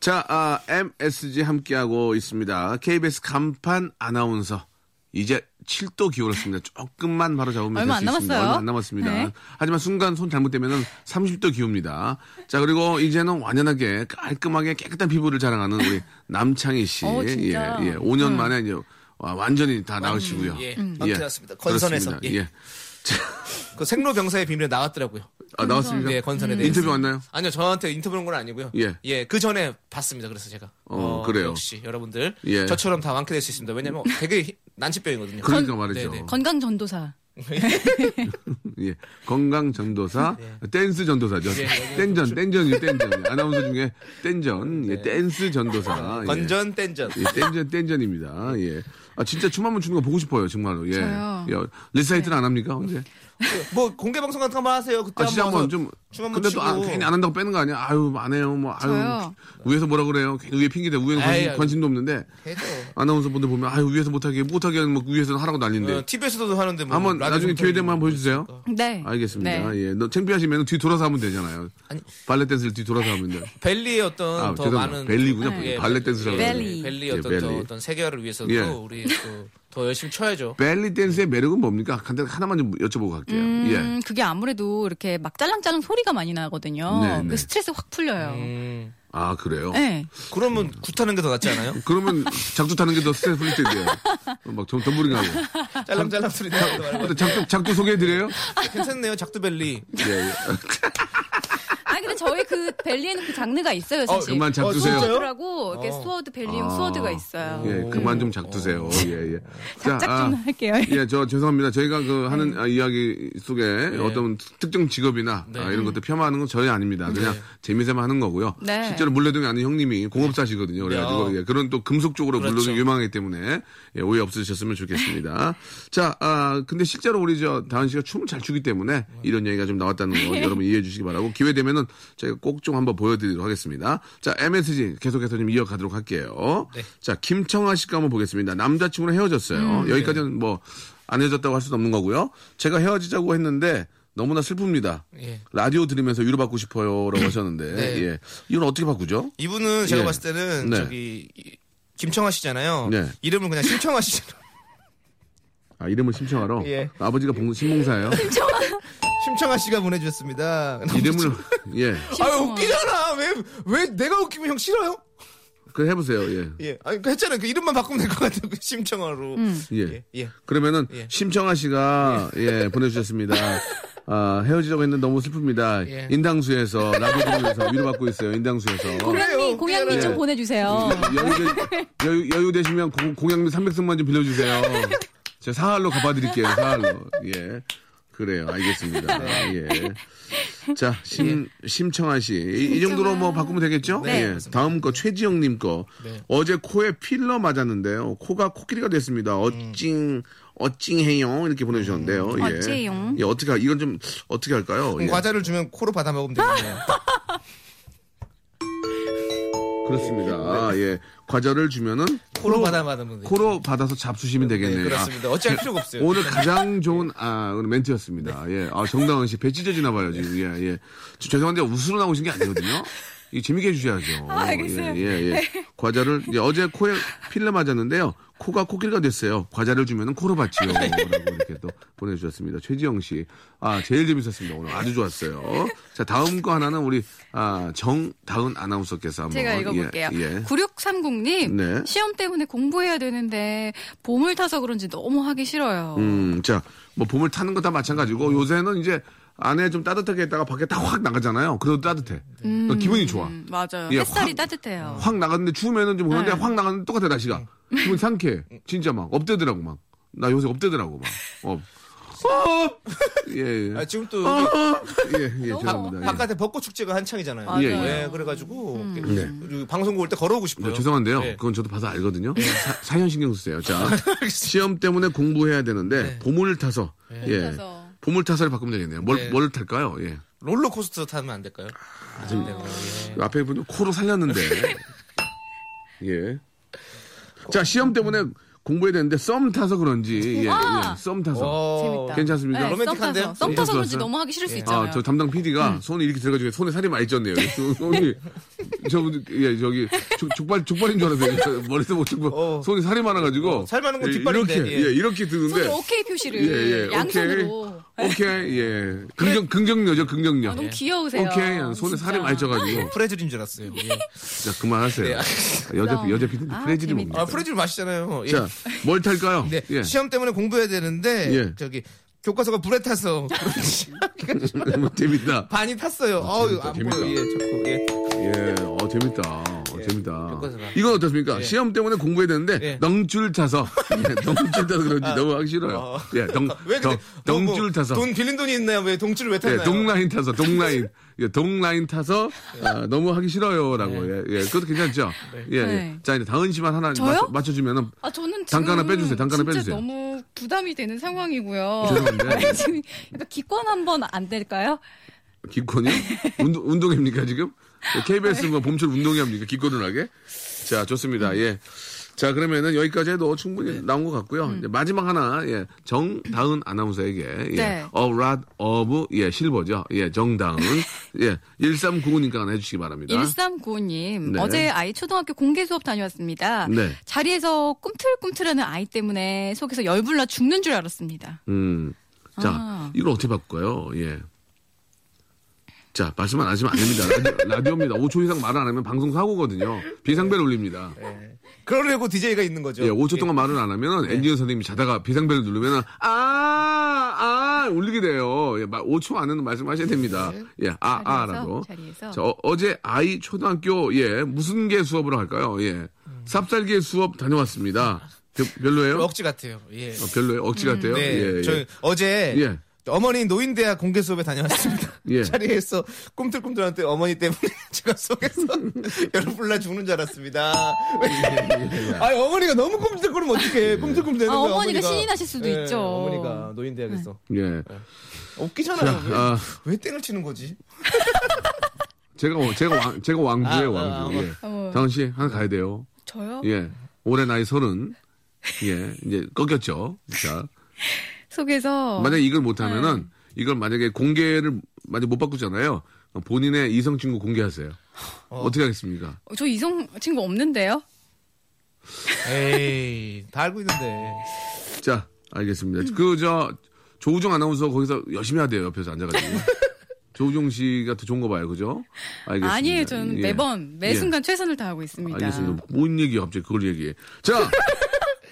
B: 자, 아, MSG 함께하고 있습니다. KBS 간판 아나운서. 이제 7도 기울었습니다. 조금만 바로 잡으면
H: 얼마
B: 될 수
H: 안
B: 있습니다.
H: 남았어요.
B: 얼마 안 남았습니다.
H: 네.
B: 하지만 순간 손 잘못되면은 30도 기웁니다. 자, 그리고 이제는 완연하게 깔끔하게 깨끗한 피부를 자랑하는 우리 남창희 씨.
H: 어, 진짜. 음.
B: 예, 예. 5년 만에 이제 와, 완전히 다 나으시고요.
E: 예, 나타났습니다. 건선에서.
B: 그렇습니다.
E: 예.
B: 예. 자,
E: 그 생로병사의 비밀에 나왔더라고요.
B: 아, 나왔습니까?
E: 예, 건선에 대해
B: 인터뷰 왔나요?
E: 아니요, 저한테 인터뷰한 건 아니고요.
B: 예.
E: 그 전에 봤습니다. 그래서 제가
B: 어, 그래요.
E: 역시 여러분들
B: 예.
E: 저처럼 다 완쾌될 수 있습니다. 왜냐면 되게 히- 난치병이거든요.
B: 그러니까
H: 건-
B: 말이죠.
E: 네네.
H: 건강 전도사.
B: 예. 건강 전도사,
E: 네.
B: 댄스 전도사죠. 댄전, 댄전이요, 댄전. 아나운서 중에 댄전, 예, 댄스 전도사. 예.
E: 건전 땐전.
B: 예, 댄전, 댄전입니다. 예. 아, 진짜 춤 한 번 추는 거 보고 싶어요, 정말로. 예.
H: 저요. 네.
B: 예. 리사이트는 안 합니까, 언제?
E: 뭐 공개 방송 같은 거 한번 하세요. 그때
B: 아, 진짜
E: 와서
B: 한번 좀.
E: 춤 한번
B: 근데 또 아,
E: 추고.
B: 괜히 안 한다고 빼는 거 아니야? 아유, 안 해요. 뭐, 아유.
H: 저요.
B: 위에서 뭐라 그래요? 괜히 위에 핑계대. 우에
E: 아이,
B: 관심,
E: 아이.
B: 관심도 없는데.
E: 해도
B: 아나운서 분들 보면 아유 위에서 못하게 못하게 하면 막 위에서는 하라고 난리인데
E: 어, TBS도 하는데 뭐
B: 네. 한번
E: 라디오
B: 나중에 기회 되면 한번 보여주세요.
H: 네.
B: 알겠습니다.
H: 네.
B: 예, 너 창피하시면 뒤 돌아서 하면 되잖아요.
E: 아니.
B: 발레 댄스를 뒤 돌아서 하면 돼요.
E: 벨리의 어떤
B: 아,
E: 더
B: 죄송합니다.
E: 많은
B: 벨리군요. 발레 댄스라고
E: 예,
H: 벨리.
E: 벨리
B: 예,
E: 어떤
B: 벨리.
E: 더 어떤 세계화를 위해서도
B: 예. 네.
E: 우리 또더 열심히 쳐야죠.
B: 벨리 댄스의 매력은 뭡니까? 간단히 하나만 좀 여쭤보고 갈게요. 예.
H: 음, 그게 아무래도 이렇게 막 짤랑짤랑 소리가 많이 나거든요.
B: 네, 네.
H: 그 스트레스 확 풀려요.
E: 음,
B: 예. 아 그래요?
H: 네.
E: 그러면 굿하는 게 더 낫지 않아요?
B: 그러면 작두 타는 게 더 스트레스 풀릴 텐데요. 막 덤- 덤블링하고.
E: 짤랑짤랑 소리 나는 거 말고.
B: 어때, 작두 작두 소개해드려요?
E: 괜찮네요, 작두벨리.
B: 예, 예.
H: 아 근데 저희 그 벨리에는 그 장르가 있어요, 사실.
B: 그만 작두세요. 아.
E: 어, 진짜요?
H: 스워드라고 이렇게 스워드 벨리움 스워드가 있어요.
B: 예, 그만 좀 작두세요. 예, 예. 자,
H: 작작 좀
B: 아,
H: 할게요. 네.
B: 예, 저 죄송합니다. 저희가 그 하는 아, 이야기 속에 어떤 특정 직업이나
H: 네.
B: 아, 이런 것들 폄하하는 건 저희 아닙니다. 그냥 재미삼아 하는 거고요.
H: 네.
B: 실제로 물레동이 아는 형님이 공업사시거든요. 그래가지고
E: 야.
B: 예, 그런 또 금속 쪽으로
E: 어. 그렇죠.
B: 물레동이 유망하기 때문에 예, 오해 없으셨으면 좋겠습니다. 자, 아, 근데 실제로 우리 저 다은 씨가 춤을 잘 추기 때문에 이런 얘기가 좀 나왔다는 거 여러분 이해해 주시기 바라고 기회 되면은 저희가 꼭 좀 한번 보여드리도록 하겠습니다. 자, MSG 계속해서 좀 이어가도록 할게요.
E: 네.
B: 자, 김청아 씨가 한번 보겠습니다. 남자친구랑 헤어졌어요.
E: 음, 네.
B: 여기까지는 뭐 안 헤어졌다고 할 수는 없는 거고요. 제가 헤어지자고 했는데 너무나 슬픕니다.
E: 예.
B: 라디오 들으면서 위로 받고 싶어요라고 하셨는데
E: 네.
B: 예. 이건 어떻게 바꾸죠?
E: 이분은 제가
B: 예.
E: 봤을 때는
B: 네.
E: 저기 이- 김청아 씨잖아요.
B: 네.
E: 이름은 그냥 신청아 씨잖아요.
B: 아, 이름을 심청하러
E: 예.
B: 아버지가 봉 신봉사예요.
E: 심청아 씨가 보내주셨습니다.
B: 이름을 예.
E: 아 웃기잖아. 왜 왜 내가 웃기면 형 싫어요?
B: 그 해보세요. 예.
E: 예. 아니 그 했잖아요. 그 이름만 바꾸면 될 것 같아요. 그 심청아로.
H: 음.
B: 예.
E: 예. 예.
B: 그러면은
E: 예.
B: 심청아 씨가 예, 보내주셨습니다. 아, 헤어지자고 했는데 너무 슬픕니다.
E: 예.
B: 인당수에서 라디오 들으면서 위로받고 있어요. 인당수에서.
H: 공양미
E: 그래요,
H: 공양미 좀
B: 예.
H: 보내주세요.
B: 여유, 되, 여유, 여유 되시면 공, 공양미 300승만 좀 빌려주세요. 제가 사활로 갚아드릴게요. 사활로. 예. 그래요. 알겠습니다. 예. 자, 심, 예. 심청아 씨. 이, 이 정도로 뭐 바꾸면 되겠죠? 예. 다음 거, 최지영 님 거.
E: 네.
B: 어제 코에 필러 맞았는데요. 코가 코끼리가 됐습니다. 어찡, 어찡해요. 이렇게 보내주셨는데요. 예.
H: 어찡.
B: 예, 어떻게, 할- 이건 좀, 어떻게 할까요? 예.
E: 과자를 주면 코로 받아 먹으면 되겠네요.
B: 그렇습니다. 아, 예. 과자를 주면은
E: 코로 받아 먹으면 되겠네요.
B: 어. 코로 받아서 잡수시면 되겠네요.
E: 네, 그렇습니다. 어찌할 필요가
B: 아,
E: 없어요.
B: 오늘 가장 좋은 아 오늘 멘트였습니다. 예, 아 정당원 씨 배 찢어지나 봐요 지금. 예, 예. 저, 죄송한데 웃으러 나오신 게 아니거든요. 이 재밌게 해주셔야죠.
H: 아,
B: 알겠어요. 예, 예.
H: 네.
B: 예. 과자를 이제 어제 코에 필러 맞았는데요. 코가 코끼리가 됐어요. 과자를 주면은 코로 받지요.
H: 네.
B: 라고 이렇게 또 보내주셨습니다. 최지영 씨, 아 제일 재밌었습니다. 오늘 아주 좋았어요. 자 다음 거 하나는 우리 아 정다은 아나운서께서 한번
H: 제가 읽어볼게요.
B: 예, 예.
H: 9630님
B: 네.
H: 시험 때문에 공부해야 되는데 봄을 타서 그런지 너무 하기 싫어요.
B: 음, 자, 뭐 봄을 타는 거 다 마찬가지고 요새는 이제 안에 좀 따뜻하게 있다가 밖에 딱 확 나가잖아요. 그래도 따뜻해. 그러니까 기분이 좋아.
H: 음, 맞아요.
B: 예,
H: 햇살이
B: 확-
H: 따뜻해요.
B: 확 나갔는데 추우면은 좀 그런데 확 나갔는데 똑같아 날씨가. 기분 상쾌해. 진짜 막 업되더라고 막. 나 요새 업되더라고 막. 업. 업! 예, 예.
E: 아, 지금 또
B: 예, 예, 죄송합니다. 예.
E: 바깥에 벚꽃 축제가 한창이잖아요.
B: 예, 예.
E: 예, 그래가지고 우리 방송국 올 때 걸어오고 싶어요.
B: 저 네, 죄송한데요.
E: 예.
B: 그건 저도 봐서 알거든요. 사, 사연 신경 쓰세요. 자, 시험 때문에 공부해야 되는데 봄을 타서. 예.
H: 타서.
B: 봄을 타서를 바꾸면 되겠네요. 뭘,
E: 네.
B: 뭘 탈까요? 예.
E: 롤러코스터 타면 안 될까요?
B: 아,
E: 안 돼요. 예.
B: 그 앞에 분은 코로 살렸는데. 예. 자, 시험 때문에 공부해야 되는데 썸 타서 그런지. 예, 예. 썸 타서.
E: 어,
H: 재밌다.
B: 괜찮습니까?
H: 아! 네,
E: 로맨틱한데요?
H: 썸 타서, 썸
B: 예,
H: 타서 그런지
B: 좋았어요.
H: 너무 하기 싫을 수 있잖아요.
B: 아, 저 담당
H: 음.
B: PD가 손이 이렇게 들어가지고 손에 살이 많이 쪘네요. 저- 손이. 저, 예, 저기, 족, 족발, 족발인 줄 알았어요. 저 머리도 못 쳤고,
E: 어.
B: 손이 살이 많아가지고.
H: 어,
E: 살 많은 건
B: 예,
E: 뒷발인데,
B: 이렇게,
E: 예.
B: 예. 이렇게 드는데.
H: 손으로 오케이 표시를
B: 예, 예.
H: 양손으로. 네. 아,
B: 오케이. 오케이, 예. 긍정, 긍정녀죠, 긍정녀.
E: 예.
B: 예.
H: 너무 귀여우세요.
B: 오케이. 아, 손에 살이
H: 진짜.
B: 많이 쪄가지고.
E: 프레즐인 줄 알았어요. 예.
B: 자, 그만하세요. 여자,
H: 그럼.
B: 여자 피디님
H: 아,
B: 프레질이
H: 재밌다.
B: 뭡니까?
E: 네, 아, 프레즐 맛있잖아요. 예.
B: 자, 뭘 탈까요?
E: 네,
B: 예.
E: 시험 때문에 공부해야 되는데
B: 예.
E: 저기 교과서가 불에 타서 그런지
B: 너무 재밌다.
E: 반이 탔어요. 어,
B: 아, 재밌다,
E: 안
B: 재밌다.
E: 보여. 예, 좋고, 예.
B: 예, 어, 재밌다. 어, 재밌다.
E: 교과서가.
B: 이건 어떻습니까? 시험 때문에 공부해야 되는데,
E: 예. 아.
B: 넝줄 타서, 예, 넝줄 타서 그런지 너무 하기 싫어요. 예, 덩,
E: 왜
B: 덩,
E: 근데 뭐, 뭐,
B: 덩줄 타서.
E: 돈 빌린 돈이 있나요? 왜 동줄 왜
B: 예,
E: 탔나요?
B: 동라인 타서, 동라인. 예, 동라인 타서, 아, 너무 하기 싫어요. 라고. 예,
E: 네.
B: 예, 그것도 괜찮죠? 예, 예.
H: 네.
B: 자, 이제 다은 씨만 하나
H: 저요?
B: 맞춰, 주면은
H: 아, 저는 지금
B: 단가 하나 빼주세요. 단가 하나
H: 진짜
B: 빼주세요.
H: 너무 부담이 되는 상황이고요.
B: 죄송한데.
H: 지금 약간 기권 한번 안 될까요?
B: 기권이요? 운동, 운동입니까, 지금? KBS 뭐 봄철 운동회합니까? 기꺼른하게? 자, 좋습니다. 예. 자, 그러면은 여기까지 해도 충분히
H: 네.
B: 나온 것 같고요.
H: 음.
B: 이제 마지막 하나, 예. 정다은 아나운서에게, 예.
H: 네.
B: 어랏 어브, 예, 실버죠. 예, 정다은. 예, 1395니까 하나 해주시기 바랍니다.
H: 1395님,
B: 네.
H: 어제 아이 초등학교 공개 수업 다녀왔습니다.
B: 네.
H: 자리에서 꿈틀꿈틀하는 아이 때문에 속에서 열불나 죽는 줄 알았습니다.
B: 음. 자,
H: 아.
B: 이걸 어떻게 바꿔요? 예. 자, 말씀 안 하시면 안 됩니다. 라디오, 라디오입니다. 5초 이상 말을 안 하면 방송 사고거든요. 비상벨 울립니다.
E: 그러려고 DJ가 있는 거죠.
B: 예, 5초 동안 말을 안 하면
E: 네.
B: 엔지니어 선생님이 자다가 비상벨을 누르면 아, 아, 울리게 돼요. 예, 5초 안에는 말씀하셔야 됩니다.
E: 네.
B: 예, 아, 아, 라고.
H: 자리에서.
B: 자, 어, 제 아이 초등학교, 예, 무슨 계 수업으로 할까요? 예. 삽살개 수업 다녀왔습니다. 별- 별로예요?
E: 음. 억지 같아요. 예.
B: 어, 별로예요? 억지 같아요?
E: 네,
B: 예, 예.
E: 저는 어제
B: 예.
E: 어머니 노인대학 공개 수업에 다녀왔습니다.
B: 예.
E: 자리에서 꿈틀꿈틀한테 어머니 때문에 제가 속에서 열을 불나 죽는 줄 알았습니다.
B: 예,
E: 아 어머니가 너무 꿈틀거리면 어떡해. 꿈틀꿈틀
H: 아, 어머니가 신이 나실 수도 있죠.
E: 예,
H: 네.
E: 어머니가 노인대학에서.
B: 예.
E: 웃기잖아요.
B: 자,
E: 왜,
B: 아.
E: 왜 땡을 치는 거지?
B: 제가 어, 제가 왕 제가 왕주예요
E: 아, 아,
B: 왕주.
E: 아,
B: 예.
H: 어.
B: 장훈 씨 하나 가야 돼요.
H: 저요?
B: 예. 올해 나이 서른. 예. 이제 꺾였죠. 자
H: 속에서.
B: 만약 에 이걸 못하면은
H: 네.
B: 이걸 만약에 공개를 만약 못 바꾸잖아요. 본인의 이성 친구 공개하세요. 어. 떻게 하겠습니까?
H: 저 이성 친구 없는데요?
E: 에이 다 알고 있는데.
B: 자 알겠습니다. 그 저 조우종 아나운서 거기서 열심히 하대요 옆에서 앉아가지고. 조우종 씨가 더 좋은 거 봐요, 그죠? 알겠습니다.
H: 아니에요. 저는
B: 예.
H: 매번, 매
B: 예.
H: 순간 최선을 다하고 있습니다.
B: 알겠습니다. 뭐, 뭔 얘기야, 갑자기 그걸 얘기해. 자,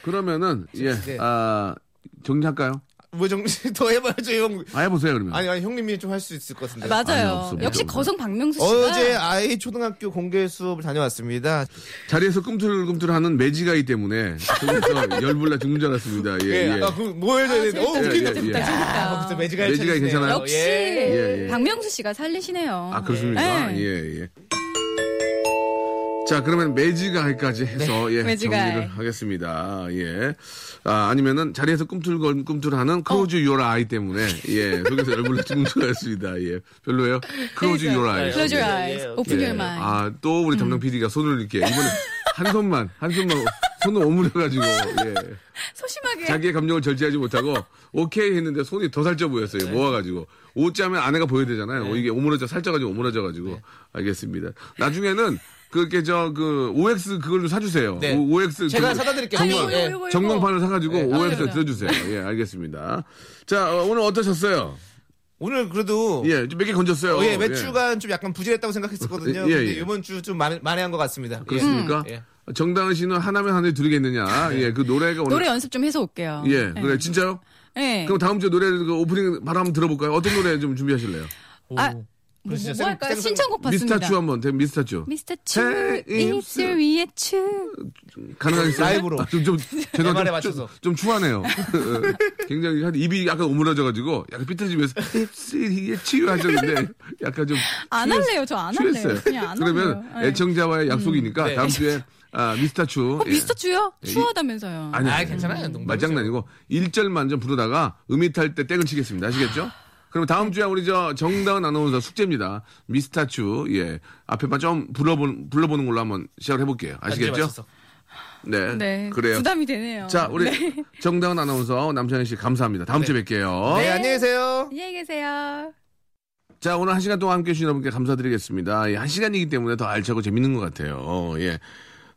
B: 그러면은, 예,
E: 네.
B: 아, 정리할까요?
E: 뭐 정신 더 해봐야죠 형.
B: 아, 해보세요, 그러면.
E: 아니, 아니 형님이 좀 할 수 있을 것 같은데.
H: 맞아요.
B: 아니, 없어,
H: 역시
B: 없어.
H: 거성 박명수 씨가
E: 어제 아이 초등학교 공개 수업을 다녀왔습니다.
B: 자리에서 꿈틀꿈틀 하는 매지가이 때문에 그래서 열불나 죽는 줄 알았습니다. 예,
E: 예,
B: 예.
E: 아까 그뭐 해줘야 되는데. 어,
B: 재밌다,
E: 웃긴다.
B: 재밌다,
E: 아,
H: 재밌다.
E: 벌써 매직아이
B: 매직아이
E: 찾으시네요.
B: 괜찮아요?
H: 역시
E: 예.
B: 예, 예.
H: 박명수 씨가 살리시네요.
B: 아, 그렇습니까?
H: 네.
B: 예, 예. 자, 그러면 매지가이까지 해서, 예,
H: 매지가이.
B: 정리를 하겠습니다. 예. 아, 아니면은 자리에서 꿈틀꿈, 꿈틀하는 크로즈 요라 아이 때문에, 예, 속에서 열불나 죽는 줄 알았습니다. 예. 별로예요? 네, 크로즈 요라 아이.
H: Close your
E: 예,
H: eyes.
E: 예,
H: Open
B: 예.
H: your mind.
B: 아, 또 우리 담당 PD가 손을 이렇게 이번에 한 손만 한 손만 손을 오므려가지고 예.
H: 소심하게.
B: 자기의 감정을 절제하지 못하고 오케이 했는데 손이 더 살쪄 보였어요.
E: 네.
B: 모아가지고 옷자면 아내가 보여야 되잖아요. 어, 이게 오므러져 살쪄가지고 오므러져가지고
E: 네.
B: 알겠습니다. 나중에는 그렇게 저 그 OX 그걸로 사주세요.
E: 네.
B: 오, OX
E: 제가
B: 그걸-
E: 사다 드릴게요. 예. 네,
H: 아니,
E: 정말.
H: 이거, 이거, 이거.
B: 전광판을 사가지고 OX
H: 맞아요.
B: 들어주세요. 예, 알겠습니다. 자, 어, 오늘 어떠셨어요?
E: 오늘 그래도
B: 예, 몇 개 건졌어요.
E: 어, 예, 매출간 좀 약간 부진했다고 생각했었거든요.
B: 예,
E: 근데
B: 예.
E: 이번 주 좀 만회한 것 같습니다.
B: 그렇습니까?
E: 예.
B: 정다은 씨는 하나면 하나 드리겠느냐. 예, 그 노래가 오늘
H: 노래 연습 좀 해서 올게요.
B: 예, 그래 진짜요?
H: 예.
B: 그럼 다음 주에 노래 그 오프닝 바로 한번 들어볼까요? 어떤 노래 좀 준비하실래요?
H: 아, 뭐, 뭐
E: 진짜 생-
H: 할까요?
E: 생선-
H: 신청곡 받습니다.
B: 미스터 추 한번, 대- 미스터 추.
H: 미스터
B: 새
H: 추,
B: 입술.
H: 입술 위에 추.
B: 가능하겠어요?
E: 라이브로.
B: 아, 좀, 좀,
E: 내
B: 죄송합니다.
E: 말에
B: 좀,
E: 맞춰서.
B: 좀, 좀 추하네요. 굉장히 한 입이 약간 오므라져가지고 약간 삐뚤어지면서 입술이에 치유하셨는데 약간 좀
H: 안
B: 취했-
H: 할래요. 저 안 할래요.
B: 취했어요.
H: 그냥 안
B: 그러면
H: 할래요. 예.
B: 애청자와의 약속이니까
E: 네.
B: 다음 주에 아, 미스터 추.
H: 어, 미스터 추요?
B: 예.
H: 추하다면서요.
B: 아니,
E: 아, 괜찮아요. 농담이죠.
B: 말장난이고 1절만 좀 부르다가 음이탈 때 땡을 치겠습니다. 아시겠죠? 그럼 다음 주에 우리 저 정다은 아나운서 숙제입니다. 미스타츄 예 앞에만 좀 불러보는 불러보는 걸로 한번 시작해 볼게요. 아시겠죠?
E: 맞춰서.
B: 네,
H: 네.
B: 그래요.
H: 부담이 되네요.
B: 자 우리 정다은 아나운서 남창희 씨 감사합니다. 다음 주에 뵐게요.
E: 네, 안녕히 계세요.
H: 안녕히 계세요.
B: 자, 오늘 한 시간 동안 함께 해주신 여러분께 감사드리겠습니다. 예, 한 시간이기 때문에 더 알차고 재밌는 것 같아요. 어, 예.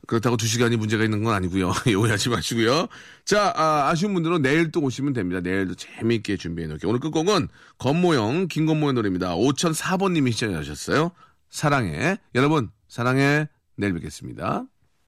B: 그렇다고 두 시간이 문제가 있는 건 아니고요. 예, 오해하지 마시고요. 자, 아, 아쉬운 분들은 내일 또 오시면 됩니다. 내일도 재미있게 준비해 놓을게요. 오늘 끝곡은 건모형, 김건모의 노래입니다. 5004번님이 시청해 주셨어요. 사랑해. 여러분, 사랑해. 내일 뵙겠습니다.